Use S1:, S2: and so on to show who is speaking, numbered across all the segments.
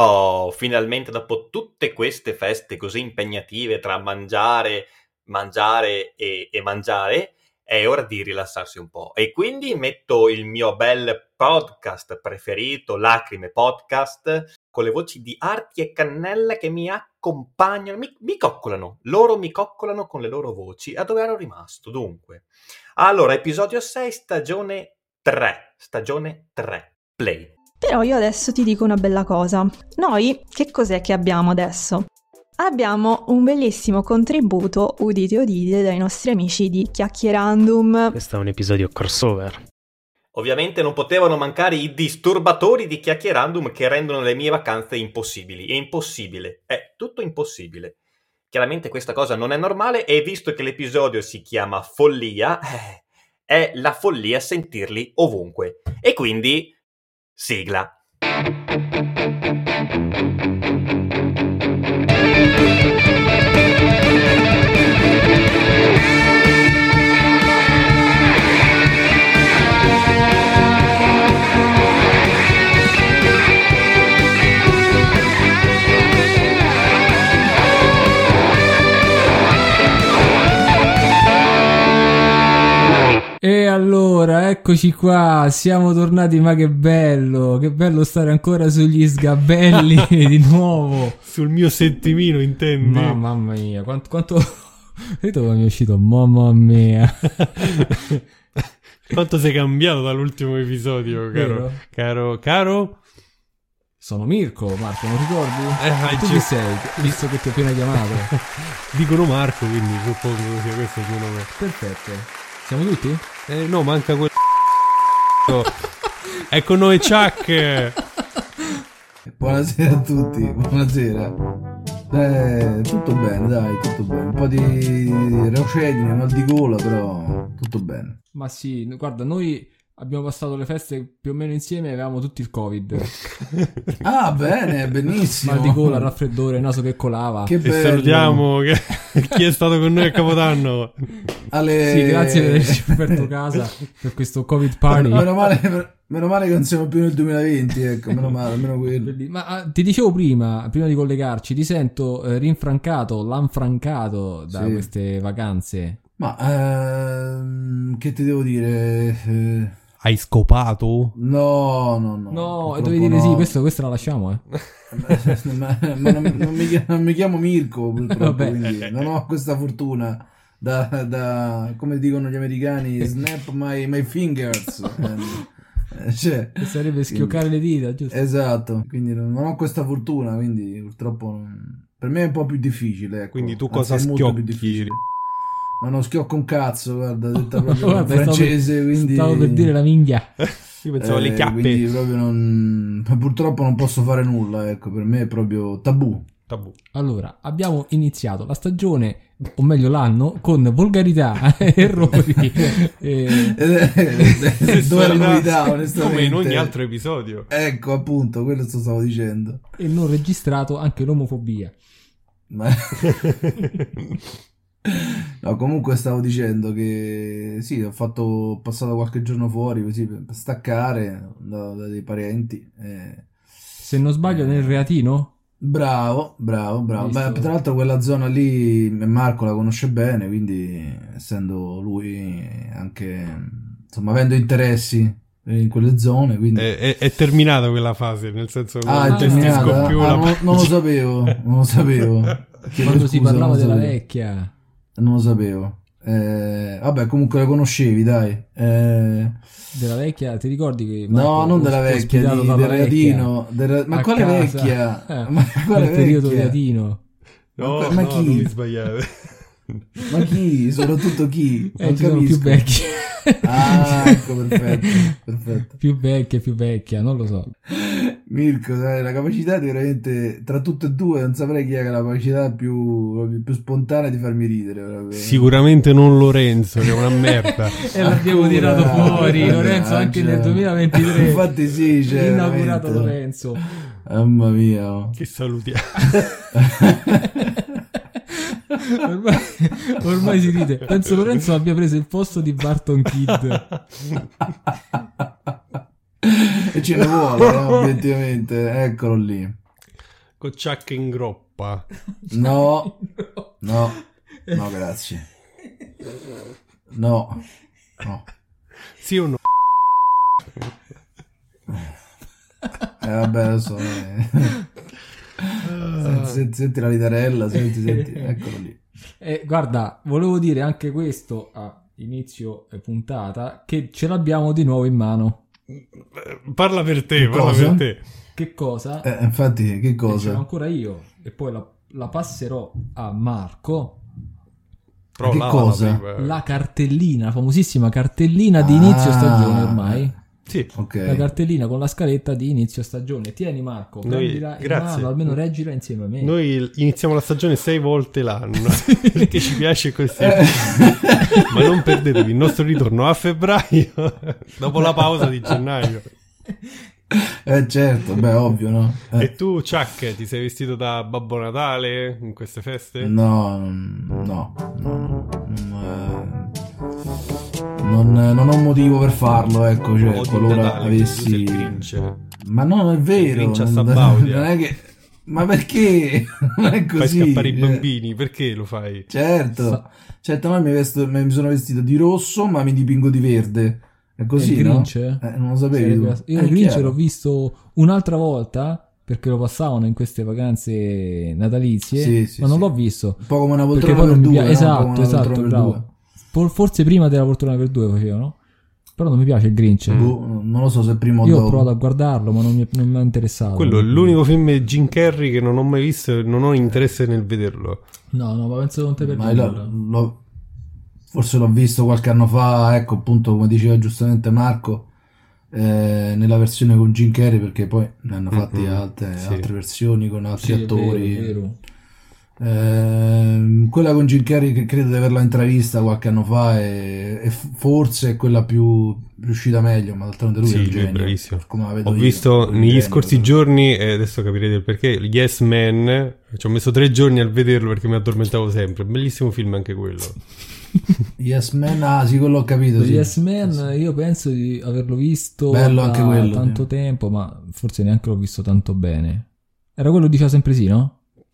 S1: Oh, finalmente dopo tutte queste feste così impegnative tra mangiare, mangiare e, e mangiare, è ora di rilassarsi un po'. E quindi metto il mio bel podcast preferito, Lacrime Podcast, con le voci di Arti e Cannella che mi accompagnano, mi, mi coccolano, loro mi coccolano con le loro voci, a dove ero rimasto, dunque. Allora, episodio 6, stagione 3, stagione 3, play.
S2: Però io adesso ti dico una bella cosa. Noi che cos'è che abbiamo adesso? Abbiamo un bellissimo contributo, udite udite, dai nostri amici di Chiacchierandum.
S3: Questo è un episodio crossover.
S1: Ovviamente non potevano mancare i disturbatori di Chiacchierandum che rendono le mie vacanze impossibili. È impossibile, è tutto impossibile. Chiaramente questa cosa non è normale e visto che l'episodio si chiama Follia, eh, è la follia sentirli ovunque. E quindi Sigla.
S4: E allora, eccoci qua, siamo tornati, ma che bello, che bello stare ancora sugli sgabelli di nuovo.
S3: Sul mio settimino, intendi?
S4: Ma, mamma mia, quanto... quanto... Vedo come mi è uscito, mamma mia.
S3: Quanto sei cambiato dall'ultimo episodio, caro,
S4: Vero?
S3: caro, caro?
S4: Sono Mirko, Marco, non ricordi?
S3: Eh, ma
S4: E tu
S3: ci-
S4: chi sei, visto che ti ho appena chiamato.
S3: Dicono Marco, quindi suppongo sia questo il tuo nome.
S4: Perfetto. Siamo tutti?
S3: Eh, no, manca quel... è con noi Chuck!
S5: Buonasera a tutti, buonasera. Eh, tutto bene, dai, tutto bene. Un po' di rocedine, mal di gola, però tutto bene.
S4: Ma sì, guarda, noi abbiamo passato le feste più o meno insieme e avevamo tutti il covid.
S5: Ah, bene, benissimo.
S4: Mal di gola, raffreddore, naso che colava.
S5: Che
S3: E
S5: bello.
S3: salutiamo che- chi è stato con noi a Capodanno.
S5: Ale...
S4: Sì, grazie per averci aperto casa per questo Covid party.
S5: Meno male, meno male che non siamo più nel 2020, ecco, meno male, almeno quello.
S4: Ma ah, ti dicevo prima, prima di collegarci, ti sento eh, rinfrancato, lanfrancato da
S5: Sì.
S4: queste vacanze.
S5: Ma ehm, che ti devo dire? Eh,
S3: Hai scopato?
S5: No, no,
S4: No,
S5: no.
S4: e
S5: purtroppo
S4: dovevi dire
S5: no.
S4: sì, questo- questa la lasciamo, eh.
S5: ma, ma non, non mi, chia- non mi chiamo Mirko purtroppo,
S4: Vabbè.
S5: quindi non ho questa fortuna da, da- come dicono gli americani snap my, my fingers Eh, cioè,
S4: Che sarebbe schioccare le dita, giusto?
S5: esatto quindi non non ho questa fortuna quindi purtroppo non- per me è un po' più difficile ecco.
S3: Quindi tu
S5: Anzi,
S3: cosa
S5: è molto più
S3: schiocchi?
S5: difficile. ma non schiocco un cazzo guarda detta proprio
S4: Guarda, stavo
S5: in
S4: per-
S5: francese quindi
S4: Stavo per dire la minghia.
S3: Io pensavo alle
S5: eh,
S3: chiappe.
S5: quindi proprio non purtroppo non posso fare nulla ecco per me è proprio tabù
S3: Tabù.
S4: Allora, abbiamo iniziato la stagione, o meglio l'anno, con volgarità, errori. eh,
S5: Eh, eh, eh, dove è la
S3: Sorrasco,
S5: novità, onestamente.
S3: Come in ogni altro episodio.
S5: Ecco, appunto, quello sto- stavo dicendo.
S4: e non registrato anche l'omofobia.
S5: Ma- No, comunque stavo dicendo che sì, ho fatto, ho passato qualche giorno fuori così per per staccare da, da dei parenti. eh.
S4: Se non sbaglio nel reatino?
S5: Bravo, bravo, bravo.
S4: Visto.
S5: Beh, tra l'altro quella zona lì Marco la conosce bene, quindi essendo lui anche, insomma, avendo interessi in quelle zone, quindi...
S3: È, è- è terminata quella fase, nel senso che
S4: non
S3: Eh,
S5: Ah, è
S3: non
S4: gestisco
S5: terminata?
S3: più
S5: Ah,
S3: la
S5: non, non lo sapevo, non lo sapevo. Chiedo
S4: Quando si
S5: scusa,
S4: parlava
S5: non lo
S4: della
S5: sapevo.
S4: vecchia.
S5: Non lo sapevo. Eh, vabbè, comunque la conoscevi, dai. Eh,
S4: Della vecchia, ti ricordi che...
S5: no,
S4: Marco
S5: non della
S4: os-
S5: vecchia,
S4: ospitato
S5: di,
S4: dalla
S5: del
S4: vecchia
S5: Radino. del Ra- ma
S4: a
S5: quale
S4: casa,
S5: vecchia?
S4: eh,
S5: Ma quale
S4: nel periodo
S5: vecchia?
S4: reatino.
S3: No,
S5: Ma
S3: no,
S5: chi?
S3: non mi sbagliate.
S5: Ma chi? Soprattutto chi?
S4: Eh,
S5: Non
S4: ci sono più
S5: capisco.
S4: vecchi.
S5: Ah, ecco, perfetto, perfetto.
S4: più vecchia, più vecchia, non lo so.
S5: Mirko, sai, la capacità di veramente, tra tutte e due, non saprei chi ha la capacità più, più spontanea di farmi ridere. veramente.
S3: Sicuramente non Lorenzo, che è una merda.
S4: e Eh, l'abbiamo
S5: Ancora,
S4: tirato fuori,
S5: mannaggia.
S4: Lorenzo, anche nel 2023.
S5: Infatti sì, cioè,
S4: Inaugurato
S5: veramente.
S4: Lorenzo.
S5: Mamma mia. oh.
S3: che salutiamo.
S4: ormai, ormai si ride. Penso Lorenzo abbia preso il posto di Barton Kid.
S5: e ce ne vuole, eh, obiettivamente. Eccolo lì.
S3: Con Chuck in groppa.
S5: No, no, no, grazie. No, no.
S3: Sì o no?
S5: Eh, vabbè, lo so. eh. Senti, senti- senti la litarella, senti, senti, eccolo lì.
S4: Eh, guarda, volevo dire anche questo a inizio eh, puntata, che ce l'abbiamo di nuovo in mano.
S3: Eh, Parla per te, parla
S5: Cosa?
S3: per te.
S4: Che cosa?
S5: Eh, infatti, che
S4: Ce l'ho
S5: cosa?
S4: ancora io e poi la, la passerò a Marco.
S3: Però
S5: Che
S3: lava
S5: cosa?
S3: prima.
S4: La cartellina, la famosissima cartellina di
S5: Ah. eh,
S4: inizio stagione ormai.
S3: Sì,
S4: La
S5: Ok.
S4: cartellina con la scaletta di inizio stagione. Tieni Marco,
S3: Noi-
S4: prendila in
S3: grazie.
S4: mano, almeno reggila insieme a me.
S3: noi iniziamo la stagione sei volte l'anno perché ci piace così.
S5: Eh.
S3: Ma non perdetevi il nostro ritorno a febbraio, dopo la pausa di gennaio.
S5: Eh certo, beh, ovvio, no?
S3: E
S5: Eh,
S3: tu, Chuck, ti sei vestito da Babbo Natale in queste feste?
S5: no, no, no, no, non, eh, non, non ho motivo per farlo, ecco, cioè,
S3: O di
S5: qualora
S3: Natale, che tu sei
S5: avessi...
S3: il Grinch.
S5: Ma no, non è vero,
S3: Grinch a
S5: non,
S3: Sabaudia.
S5: non è che... Ma perché? Non è
S3: Fai
S5: così.
S3: scappare i
S5: cioè.
S3: bambini, perché lo fai?
S5: Certo, certo, ma mi, vesto- mi sono vestito di rosso, ma mi dipingo di verde. È
S4: È il
S5: così, no?
S4: Grinch?
S5: Eh, non lo sapevi
S4: Sarebbe-
S5: tu.
S4: Io
S5: Eh,
S4: il Grinch
S5: chiaro.
S4: l'ho visto un'altra volta perché lo passavano in queste vacanze natalizie,
S5: Sì, sì,
S4: ma non
S5: sì.
S4: l'ho visto.
S5: Un po' come una
S4: Perché
S5: poltrona
S4: poi
S5: per
S4: non mi
S5: due,
S4: piace.
S5: no? Un po'
S4: Esatto,
S5: come una
S4: esatto,
S5: poltrona per
S4: bravo. For- forse prima della fortuna per due facevano. Però non mi piace il Grinch.
S5: due. Boh, non lo so se prima o
S4: Mm. Io ho
S5: dopo.
S4: provato a guardarlo, ma non mi, non mi ha interessato.
S3: Quello è l'unico film di Jim Carrey che non ho mai visto e non ho interesse nel vederlo.
S4: No, no, ma penso non te perdi
S5: Ma io
S4: nulla.
S5: l'ho- l'ho- forse l'ho visto qualche anno fa, ecco appunto come diceva giustamente Marco, eh, nella versione con Jim Carrey, perché poi ne hanno fatte
S3: Mhm,
S5: altre,
S3: sì.
S5: altre versioni con altri
S4: Sì, è
S5: attori.
S4: vero, è vero.
S5: Ehm, quella con Jim Carrey che credo di averla intravista qualche anno fa e, e f- forse è quella più riuscita meglio, ma d'altronde lui
S3: Sì,
S5: è un
S3: lui è
S5: genio.
S3: bravissimo.
S5: Come la vedo
S3: Ho
S5: io,
S3: visto
S5: un
S3: negli
S5: genio,
S3: scorsi
S5: proprio.
S3: giorni, e adesso capirete il perché, Yes Man. Ci ho messo tre giorni a vederlo perché mi addormentavo sempre. Bellissimo film anche quello.
S5: Yes Man, ah sì, quello ho capito.
S4: Gli
S5: Sì.
S4: Yes Man io penso di averlo visto
S5: Bello
S4: da
S5: anche quello,
S4: tanto
S5: sì.
S4: tempo, ma forse neanche l'ho visto tanto bene. Era quello che diceva sempre sì, no?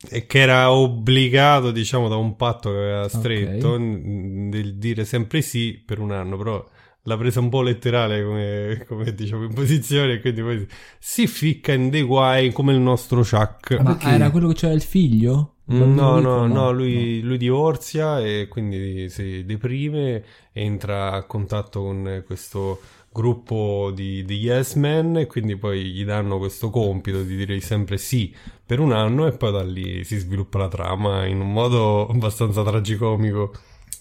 S3: E che era obbligato, diciamo, da un patto che aveva stretto
S4: Ok.
S3: n- del dire sempre sì per un anno, però l'ha presa un po' letterale come, come, diciamo in posizione, quindi poi si ficca in dei guai come il nostro Chuck.
S4: Ma
S5: perché?
S4: era quello che c'era il figlio?
S3: Mm, No,
S4: L'avevo
S3: no,
S4: detto,
S3: no, lui, lui divorzia e quindi si deprime, entra a contatto con questo gruppo di, di yes men e quindi poi gli danno questo compito di dire sempre sì per un anno e poi da lì si sviluppa la trama in un modo abbastanza tragicomico.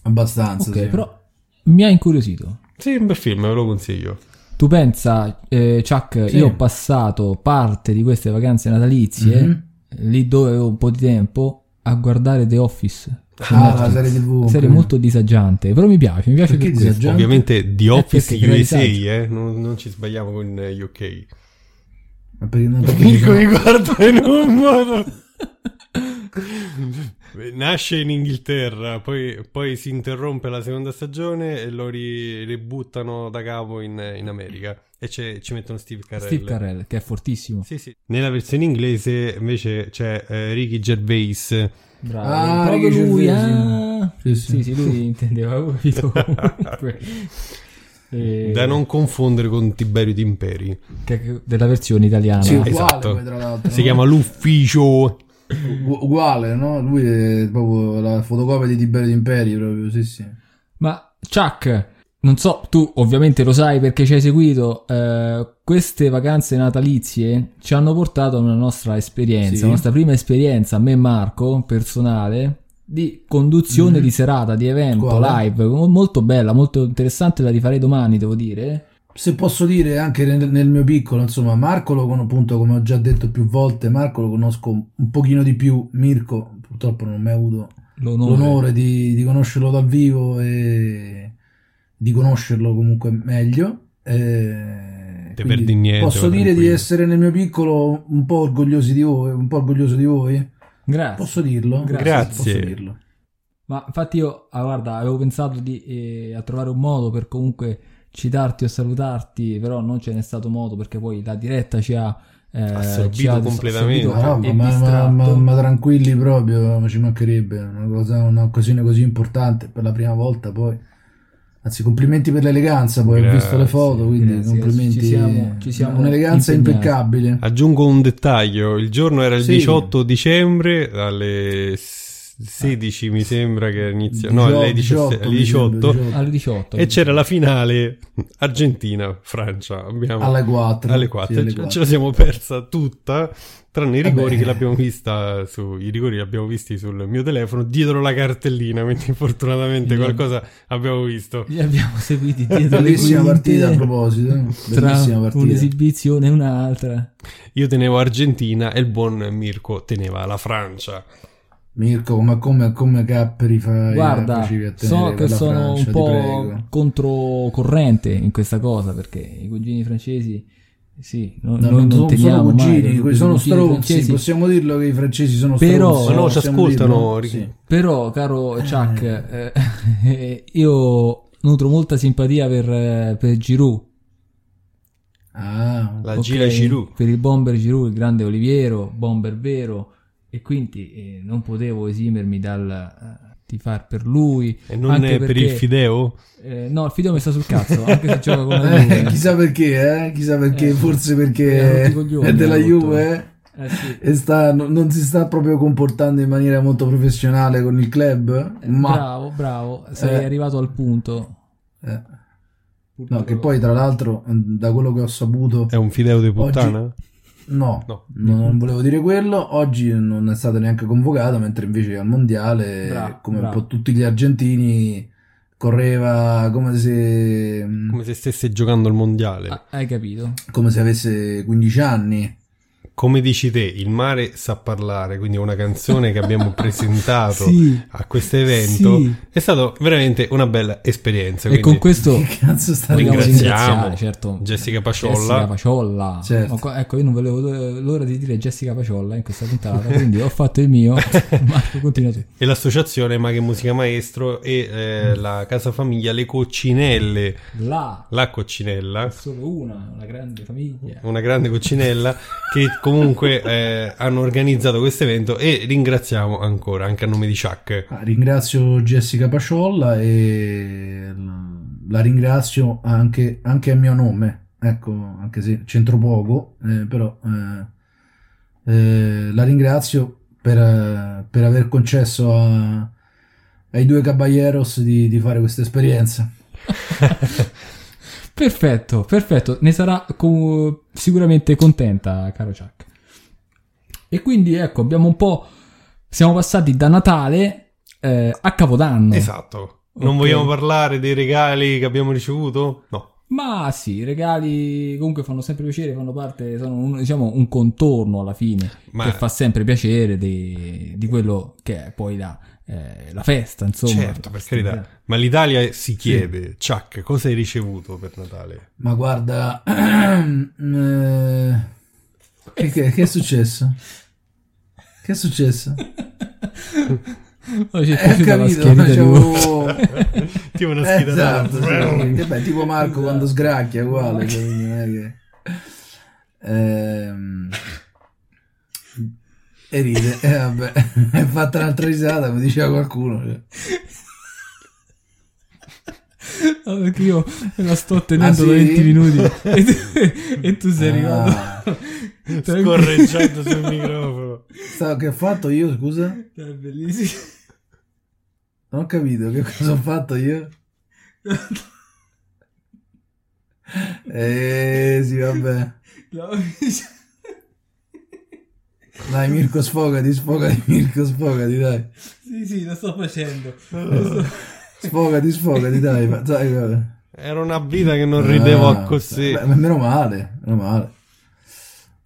S5: Abbastanza,
S4: Ok,
S5: sì.
S4: però mi ha incuriosito.
S3: Sì, un bel film, ve lo consiglio.
S4: Tu pensa, eh, Chuck,
S5: Sì.
S4: io ho passato parte di queste vacanze natalizie,
S5: Mhm.
S4: lì dove avevo un po' di tempo, a guardare The Office. su
S5: Ah, la
S4: Netflix.
S5: serie TV.
S4: Serie molto disagiante, però mi piace, mi piace
S5: Perché
S4: per questo.
S5: disagiante? Già?
S3: Ovviamente The Office
S4: perché crea
S3: USA,
S4: disagio.
S3: eh, non, non ci sbagliamo con eh, gli ok.
S5: Ma perché- non- perché-
S3: Mirko mi guarda in un modo. Nasce in Inghilterra, poi, poi si interrompe la seconda stagione e lo ri- ributtano da capo in, in America. E c'è- ci mettono Steve Carell.
S4: Steve Carell, che è fortissimo.
S3: Sì, sì. Nella versione inglese invece c'è eh, Ricky Gervais.
S4: Bravo,
S5: Ah,
S4: proprio
S5: Ricky
S4: lui,
S5: Gervais,
S4: ah.
S5: sì.
S4: Sì,
S5: Sì,
S4: sì.
S5: sì.
S4: lui intendeva avevo capito comunque. Eh,
S3: Da non confondere con Tiberio Timperi.
S4: che- della versione italiana.
S5: Sì, Ah, uguale,
S3: Esatto.
S5: poi, tra l'altro,
S3: Si
S5: no?
S3: chiama L'Ufficio.
S5: U- uguale, no? Lui è proprio la fotocopia di Tiberio d'Imperio, proprio, sì, sì.
S4: Ma Chuck, non so, tu ovviamente lo sai perché ci hai seguito, eh, queste vacanze natalizie ci hanno portato a una nostra esperienza,
S5: Sì.
S4: la nostra prima esperienza, me e Marco, personale, di conduzione
S5: Mhm.
S4: di serata, di evento,
S5: Quale?
S4: live, mo- molto bella, molto interessante, la rifarei domani, devo dire.
S5: Se posso dire anche nel, nel mio piccolo, insomma, Marco lo conosco, appunto, come ho già detto più volte, Marco lo conosco un pochino di più, Mirko purtroppo non ho mai avuto
S4: L'onore.
S5: l'onore di, di conoscerlo dal vivo e di conoscerlo comunque meglio. Eh,
S3: Te
S5: quindi
S3: perdi niente,
S5: Posso
S3: va
S5: dire di
S3: tranquillo.
S5: essere nel mio piccolo un po' orgogliosi di voi, un po' orgoglioso di voi?
S4: Grazie.
S5: Posso dirlo?
S4: Grazie.
S3: Grazie.
S5: Posso dirlo.
S4: Ma infatti io, ah, guarda, avevo pensato di eh, a trovare un modo per comunque citarti o salutarti, però non ce n'è stato modo perché poi la diretta ci ha eh,
S3: Assorbito
S4: ci ha dis-
S3: completamente.
S4: assorbito
S5: Ah, No,
S4: e
S5: ma, ma- ma-
S4: distratto.
S5: ma- ma tranquilli proprio, ma ci mancherebbe una cosa, un'occasione così importante per la prima volta poi. Anzi, complimenti per l'eleganza, poi ho
S3: Grazie,
S5: visto le foto, quindi
S4: grazie,
S5: complimenti.
S4: ci siamo- ci siamo
S5: Un'eleganza
S4: impegnati.
S5: impeccabile.
S3: Aggiungo un dettaglio, il giorno era il
S5: Sì.
S3: 18 dicembre alle s- 16 mi sembra che inizia, no alle 17 alle 18
S4: alle 18
S3: e c'era la finale Argentina-Francia, abbiamo
S5: alle 4.
S3: alle 4,
S5: Sì, alle
S3: ce- ce
S5: 4.
S3: la siamo persa tutta tranne i
S5: Vabbè.
S3: rigori che l'abbiamo vista su, i rigori li abbiamo visti sul mio telefono dietro la cartellina, quindi fortunatamente
S4: Mm.
S3: qualcosa abbiamo visto.
S4: li abbiamo seguiti dietro le
S5: Bellissima
S4: quinte,
S5: partita a proposito, eh.
S4: tra
S5: bellissima partita.
S4: un'esibizione e un'altra
S3: Io tenevo Argentina e il buon Mirko teneva la Francia.
S5: Mirko, ma come, come Capperi fai?
S4: Guarda,
S5: eh, facevi a tenere
S4: so che
S5: quella
S4: sono
S5: Francia,
S4: un
S5: ti
S4: po'
S5: prego.
S4: controcorrente in questa cosa perché i cugini francesi, sì, no-
S5: No,
S4: noi
S5: non
S4: non
S5: sono,
S4: teniamo
S5: sono
S4: mai del
S5: cugini,
S4: gruppo
S5: que-
S4: di
S5: sono
S4: cugini
S5: stronzi.
S4: francesi.
S5: Possiamo dirlo che i francesi sono
S4: Però-
S5: stronzi.
S4: Ma no, ci
S5: possiamo
S3: ascoltano,
S5: dirlo?
S3: Ricky.
S5: Sì.
S4: Però, caro Chuck, eh, eh, io nutro molta simpatia per, eh, per Giroud.
S5: Ah,
S3: La
S4: ok?
S3: gira Giroud.
S4: Per il bomber Giroud, il grande Oliviero, bomber vero. E quindi eh, non potevo esimermi dal eh, tifar per lui.
S3: E non
S4: Anche
S3: è per il
S4: perché-
S3: Fideo?
S4: Eh, no, il figlio mi sta sul cazzo, anche se gioca con la
S5: Eh,
S4: Juve.
S5: chissà perché, eh? chissà perché,
S4: Eh,
S5: forse
S4: eh,
S5: perché
S4: rotti i coglioni,
S5: è della
S4: ha avuto.
S5: Juve eh?
S4: Eh, sì.
S5: e sta- non, non si sta proprio comportando in maniera molto professionale con il club. Ma
S4: Eh, Bravo, bravo, sei
S5: Eh.
S4: arrivato al punto.
S5: eh, no, che poi tra l'altro, da quello che ho saputo,
S3: È un Fideo di puttana?
S5: no,
S3: No.
S4: Mm.
S5: no, non volevo dire quello. Oggi non è stato neanche convocato, mentre invece al mondiale,
S4: Bra-
S5: come
S4: bravo.
S5: un po' tutti gli argentini, correva come se,
S3: Come se stesse giocando al mondiale.
S4: Ah, hai capito?
S5: come se avesse 15 anni.
S3: Come dici te, il mare sa parlare, quindi è una canzone che abbiamo presentato
S4: Sì.
S3: a questo evento.
S4: Sì.
S3: È stata veramente una bella esperienza.
S4: E
S3: quindi
S4: con questo
S5: Che cazzo sta
S4: vogliamo
S5: dicendo?
S3: ringraziamo
S4: ringraziare, certo,
S3: Jessica Paciolla.
S4: Jessica Paciolla.
S5: Certo.
S4: Ma qua- Ecco, io non volevo l'ora di dire Jessica Paciolla in questa puntata, quindi ho fatto il mio. Marco, continua tu.
S3: E l'associazione Maghe Musica Maestro e eh,
S4: Mm.
S3: la casa famiglia Le Coccinelle,
S4: La,
S3: la Coccinella.
S4: è solo una, una grande famiglia.
S3: una grande coccinella che comunque eh, hanno organizzato questo evento e ringraziamo ancora anche a nome di Chuck
S5: Ah, Ringrazio Jessica Paciolla e l- la ringrazio anche, anche a mio nome, ecco, anche se c'entro poco, eh, però eh, eh, la ringrazio per, eh, per aver concesso a- ai due caballeros di, di fare questa esperienza.
S4: Perfetto, perfetto, ne sarà co- sicuramente contenta, caro Chuck. E quindi ecco, abbiamo un po'... Siamo passati da Natale eh, a Capodanno.
S3: esatto non
S4: Ok.
S3: vogliamo parlare dei regali che abbiamo ricevuto no
S4: Ma sì, i regali comunque fanno sempre piacere, fanno parte, sono un, diciamo un contorno alla fine
S3: ma
S4: che fa sempre piacere di, di quello che è poi la, eh, la festa, insomma.
S3: certo per carità ma l'Italia si chiede Chuck cosa hai ricevuto per Natale
S5: Ma guarda, eh, che, che- che è successo? Che è successo?
S4: Poi c'è
S5: Eh, ho
S4: Oh, piaciuta la
S5: capito,
S4: schierita di uovo.
S5: facevo...
S3: tipo una
S5: Eh,
S3: scheda
S5: esatto, sì. Eh, beh, tipo Marco
S4: Esatto.
S5: quando sgracchia, uguale.
S4: Esatto.
S5: quindi non è che- Ehm, E ride, e vabbè, è fatta un'altra risata, come diceva qualcuno. cioè.
S4: No, perché io me la sto tenendo
S5: Ah,
S4: da
S5: sì?
S4: 20 minuti e tu, e tu sei
S5: Ah.
S4: arrivato Tranquillo.
S3: scorreggiando sul microfono
S5: Sa che ho fatto io, scusa?
S4: È bellissimo.
S5: Non ho capito che cosa ho fatto io. Eh sì, vabbè.
S4: No.
S5: Dai Mirko, sfogati, sfogati Mirko, sfogati, dai.
S4: Sì, sì, lo sto facendo. Lo sto-
S5: Sfogati, sfogati, dai. ma- dai, vabbè.
S3: era una vita che non ridevo
S5: Ah,
S3: così
S5: beh, meno male, meno male.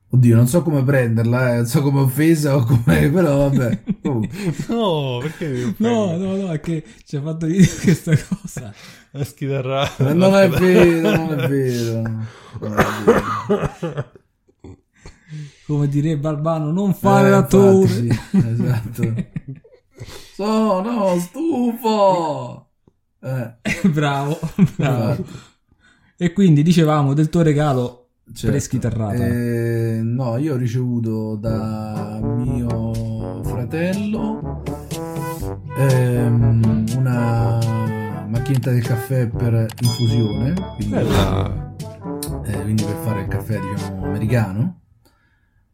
S5: Oddio, non so come prenderla, eh, non so come offesa o come... Eh, però vabbè. Comunque,
S3: no perché mi offendi?
S4: No, no, no, è che ci ha fatto ridere questa cosa.
S3: la schitarra
S5: non è vero, non è vero. Non è vero.
S4: Come direbbe Albano, non fare
S5: Eh,
S4: la
S5: infatti,
S4: torre.
S5: sì, esatto. Sono stufo! Eh,
S4: bravo, bravo.
S5: infatti.
S4: E quindi dicevamo del tuo regalo
S5: Certo.
S4: preschitarrata.
S5: Eh, no, io ho ricevuto da mio fratello ehm, una macchinetta del caffè per infusione, quindi,
S3: Bella
S5: eh, quindi per fare il caffè diciamo americano.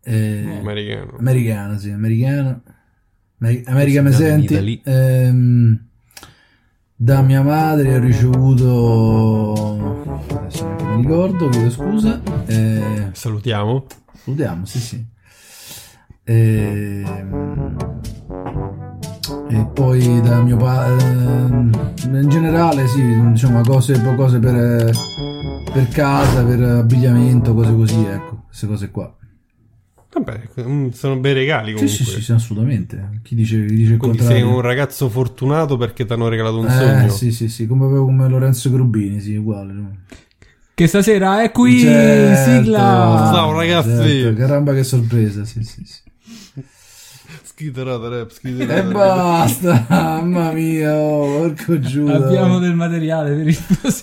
S5: Eh,
S3: americano.
S5: Americana, sì, americana. Ameri- America me
S3: Sì, dammi da
S5: senti?
S3: lì.
S5: Ehm, da mia madre ho ricevuto... Adesso neanche mi ricordo, chiedo scusa. Eh,
S3: Salutiamo.
S5: salutiamo, sì, sì. Ehm, e poi da mio padre... in generale, sì, diciamo cose, un po' cose per, per casa, per abbigliamento, cose così, ecco, queste cose qua.
S3: Vabbè, mm, sono bei regali
S5: Sì,
S3: comunque.
S5: sì, sì, sì, assolutamente. Chi dice, chi dice il
S3: Quindi sei
S5: contrario?
S3: un ragazzo fortunato perché ti hanno regalato un
S5: Eh,
S3: sogno.
S5: sì, sì, sì, come, come Lorenzo Grubini, sì, uguale. no?
S4: Che stasera è qui,
S5: Certo,
S4: sigla!
S3: Ciao, ragazzi.
S5: certo, Caramba che sorpresa, sì, sì, sì.
S3: Schiterata, rap, schiterata.
S5: E basta, mamma mia, oh, porco Giuda.
S4: Abbiamo del materiale per il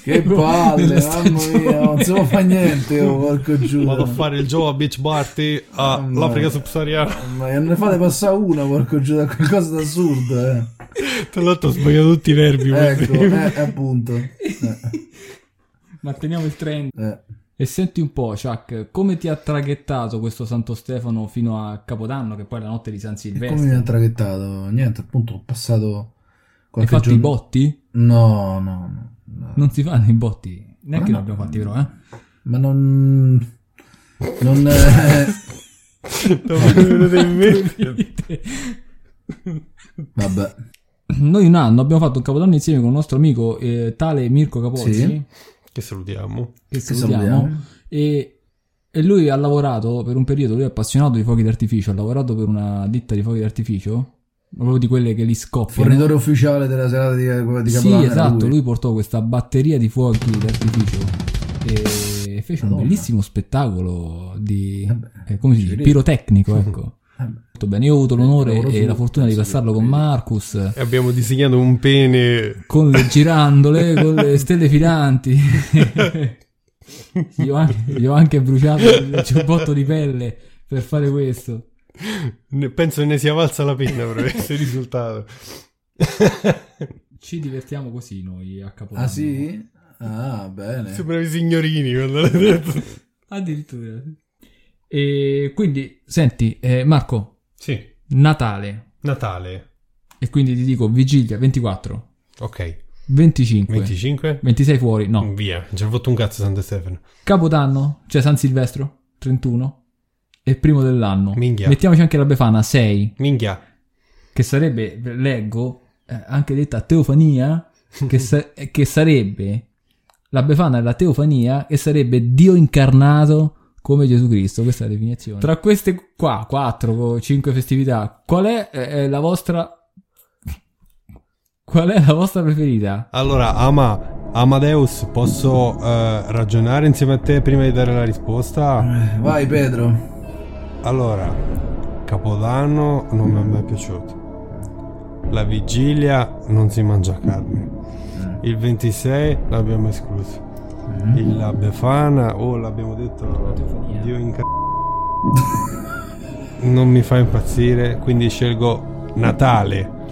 S5: Che
S4: proseguo della
S5: palle, mamma mia, non si può
S4: stagione.
S5: fare niente, oh, porco Giuda.
S3: Vado a fare il Jova Beach Party
S5: Mamma
S3: all'Africa
S5: mia.
S3: subsahariana.
S5: Ma ne fate passare una, porco Giuda, qualcosa d'assurdo, eh.
S3: Tra l'altro ho sbagliato tutti i nervi.
S5: Ecco,
S3: quindi.
S5: eh, appunto. Eh,
S4: Manteniamo il trend.
S5: eh.
S4: E senti un po', Chuck, come ti ha traghettato questo Santo Stefano fino a Capodanno, che poi è la notte di San
S5: E come mi
S4: Silvestro?
S5: ha traghettato? Niente, appunto, ho passato
S4: Hai
S5: qualche
S4: fatto i
S5: giorno-
S4: botti?
S5: No, no, no. no.
S4: Non si fanno i botti. Neanche
S5: Ma
S4: noi
S5: no.
S4: abbiamo fatti però, eh.
S5: Ma non... Non... eh,
S3: Non mi venite in mente.
S5: Vabbè.
S4: Noi un anno abbiamo fatto un Capodanno insieme con un nostro amico, eh, tale Mirko Capozzi,
S5: Sì.
S3: Che salutiamo.
S4: che
S5: Ci
S4: salutiamo.
S5: salutiamo.
S4: E, e lui ha lavorato per un periodo, lui è appassionato di fuochi d'artificio, ha lavorato per una ditta di fuochi d'artificio, proprio di quelle che li scoppiano.
S5: Fornitore ufficiale della serata di, di
S4: Sì,
S5: Capodanno. era
S4: esatto, lui. portò questa batteria di fuochi d'artificio e, e fece un
S5: Madonna.
S4: bellissimo spettacolo di,
S5: Vabbè,
S4: eh, come si
S5: ci
S4: dice,
S5: credo.
S4: pirotecnico, ecco.
S5: Vabbè.
S4: Molto bene, io ho avuto l'onore
S5: Eh, Lavoro
S4: e
S5: su-
S4: la fortuna di
S5: sì,
S4: passarlo con
S5: vedi.
S4: Marcus.
S3: E abbiamo disegnato un pene.
S4: con le girandole, con le stelle filanti. Gli ho anche, gli ho anche bruciato il giubbotto di pelle per fare questo.
S3: Ne- Penso che ne sia valsa la pena per questo risultato.
S4: Ci divertiamo così noi a Capodanno.
S5: Ah sì? Ah, bene.
S3: Sembrano i signorini quando l'hai detto.
S4: Addirittura. E quindi, senti, eh, Marco,
S3: Sì,
S4: Natale,
S3: Natale.
S4: e quindi ti dico vigilia 24,
S3: Ok,
S4: 25,
S3: 25?
S4: 26 fuori,
S5: Mm.
S4: no.
S3: Via, non ci ha fatto un cazzo Santo Stefano.
S4: Capodanno, cioè San Silvestro, 31, e primo dell'anno.
S3: Minchia.
S4: Mettiamoci anche la Befana, 6.
S3: Minchia.
S4: che sarebbe, leggo, eh, anche detta teofania, che, sa- eh, che sarebbe la befana e la teofania, che sarebbe Dio incarnato come Gesù Cristo, questa è la definizione. Tra queste qua, 4, 5 festività, qual è eh, la vostra... Qual è la vostra preferita?
S3: Allora, Ama, Amadeus, posso eh, ragionare insieme a te prima di dare la risposta?
S5: Eh, Vai Pedro.
S3: Allora, Capodanno non mi è mai piaciuto. La vigilia non si mangia carne. Il 26 l'abbiamo escluso. Il- La Befana, oh, l'abbiamo detto.
S4: Teofania.
S3: Dio in c- Non mi fa impazzire, quindi scelgo Natale.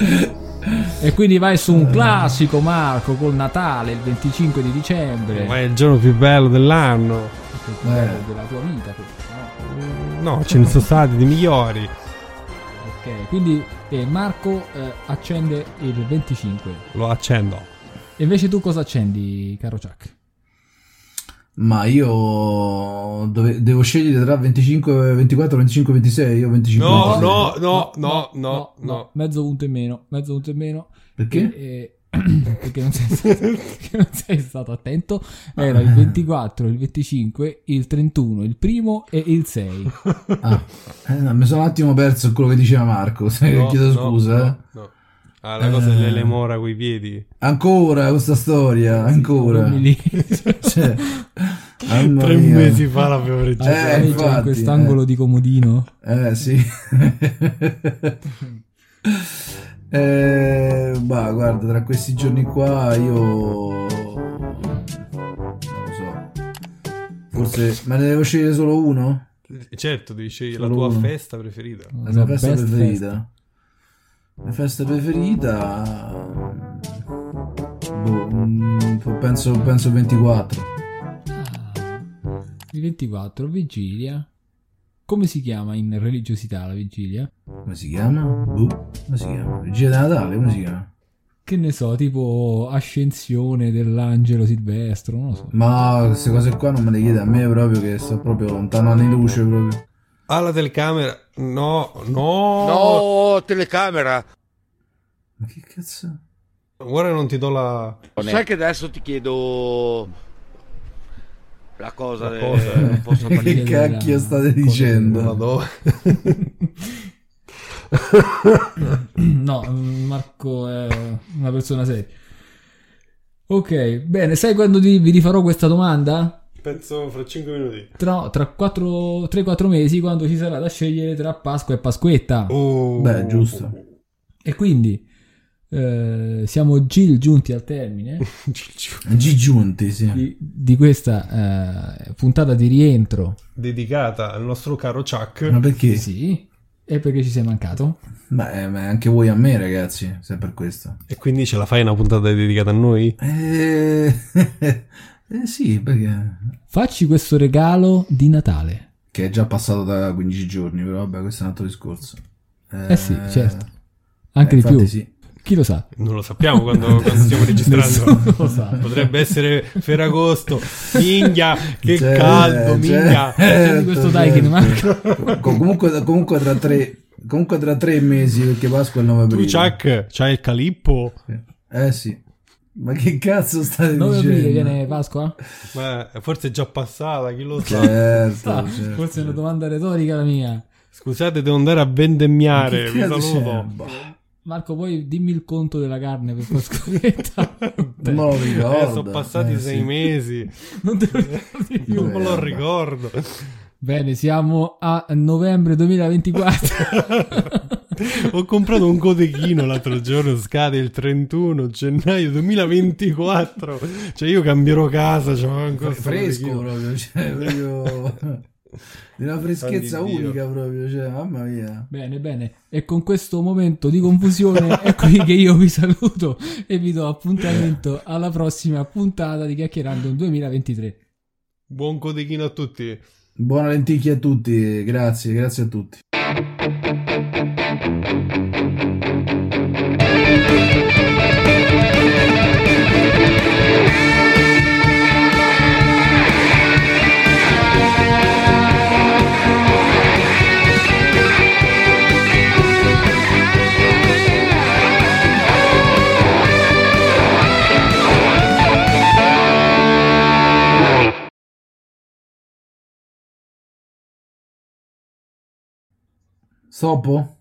S4: E quindi vai su un classico, Marco, col Natale, il 25 di dicembre.
S3: Ma è il giorno più bello dell'anno.
S5: Eh.
S4: Della tua vita, questo, no?
S3: No, ce ne sono stati di migliori.
S4: Ok, quindi eh, Marco eh, accende il 25.
S3: Lo accendo.
S4: E invece tu cosa accendi, caro Chuck?
S5: Ma io dove- devo scegliere tra 25, 24, 25, 26. Io 25.
S3: No,
S5: 26.
S3: no, no, no, no, no.
S4: Mezzo punto in meno, mezzo punto in meno.
S5: Perché?
S4: E- e- perché non sei, stato, perché non sei stato attento. Era
S5: Ah.
S4: il 24, il 25, il 31, il primo e il 6.
S5: Ah, eh, no, mi sono un attimo perso quello che diceva Marco. se-
S3: No,
S5: Chiedo
S3: no,
S5: scusa. eh.
S3: no, no. Ah, la cosa
S5: Eh.
S3: dell'elemora coi piedi.
S5: Ancora questa storia. Ancora.
S4: Dormi lì.
S5: Cioè, mamma
S3: Tre
S5: mia.
S3: mesi fa l'abbiamo
S4: Ah,
S3: registrato.
S4: già,
S5: infatti,
S4: in quest'angolo di comodino.
S5: Eh sì. eh, ma guarda, tra questi giorni qua io non lo so. Forse, ma ne deve uscire solo uno?
S3: Certo, devi scegliere la
S5: Solo
S3: tua
S5: uno.
S3: festa preferita.
S5: La mia festa
S4: best
S5: preferita?
S4: festa.
S5: La mia festa preferita... Boh, mm, penso, penso 24.
S4: Ah, il 24, vigilia. Come si chiama in religiosità la vigilia?
S5: Come si chiama? Boh, come si chiama? Vigilia di Natale, come si chiama?
S4: Che ne so, tipo ascensione dell'angelo Silvestro, non lo so.
S5: Ma queste cose qua non me le chiede a me proprio che sto proprio lontano anni luce proprio.
S3: Ah, la telecamera. No, no.
S6: No, telecamera.
S5: Ma che cazzo?
S3: Ora non ti do la...
S6: Sai che adesso ti chiedo la cosa,
S3: La
S6: del-
S3: cosa.
S6: non posso
S4: Che
S5: che
S6: dire.
S5: cacchio
S4: della-
S5: state
S4: cosa
S5: dicendo?
S4: della-
S3: Madonna.
S4: No, Marco è una persona seria. Ok, bene, sai quando ti- vi rifarò questa domanda?
S3: Penso fra 5 minuti.
S4: Tra, tra 3-4 mesi, quando ci sarà da scegliere tra Pasqua e Pasquetta.
S3: Oh.
S5: Beh, giusto.
S4: E quindi eh, siamo Gil giunti al termine
S5: Gigiunti, sì.
S4: di, di questa eh, puntata di rientro.
S3: Dedicata al nostro caro Chuck.
S5: Ma perché?
S4: Sì, e perché ci sei mancato?
S5: Beh, ma anche voi a me, ragazzi, se è per questo.
S3: E quindi ce la fai una puntata dedicata a noi?
S5: Eh, eh sì, perché...
S4: Facci questo regalo di Natale.
S5: Che è già passato da 15 giorni, però vabbè, questo è un altro discorso.
S4: Eh sì, certo. Anche
S5: eh,
S4: di più.
S5: infatti sì.
S4: Chi lo sa?
S3: Non lo sappiamo quando, quando stiamo registrando.
S4: Nessuno lo sa.
S3: Potrebbe essere Ferragosto. Minchia, che
S5: Cioè,
S3: caldo,
S5: cioè,
S3: minchia.
S4: Senti Certo, questo dai che ne manca.
S5: Com- comunque, comunque tra tre... Comunque tra tre mesi, perché Pasqua è il 9
S3: Tu,
S5: aprile.
S3: Chuck, c'hai il calippo?
S5: Eh sì. Ma che cazzo state
S4: 9
S5: dicendo?
S4: aprile viene Pasqua?
S3: Ma forse è già passata, chi lo sa.
S5: Certo,
S4: Ah,
S5: certo.
S4: Forse è una domanda retorica la mia.
S3: Scusate, devo andare a
S5: Ma
S3: vendemmiare.
S5: che
S3: Vi
S5: cazzo c'è?
S3: saluto.
S5: Boh,
S4: Marco, poi dimmi il conto della carne per Pasquetta.
S5: Non me lo ricordo.
S3: Eh, sono passati
S5: Eh,
S3: sei
S5: sì.
S3: mesi.
S4: non te lo ricordi più.
S3: Io me lo
S5: vabbè.
S3: ricordo.
S4: Bene, siamo a novembre 2024.
S3: Ho comprato un codechino l'altro giorno, scade il 31 gennaio 2024. Cioè io cambierò casa, c'ho ancora sto
S5: Fresco
S3: codechino.
S5: proprio, cioè, proprio... Di una freschezza
S3: Santi Dio.
S5: unica proprio, cioè, mamma mia.
S4: Bene, bene. E con questo momento di confusione è qui che io vi saluto e vi do appuntamento alla prossima puntata di Chiacchierando 2023.
S3: Buon codechino a tutti.
S5: Buona lenticchia a tutti, grazie, grazie a tutti. Stoppo?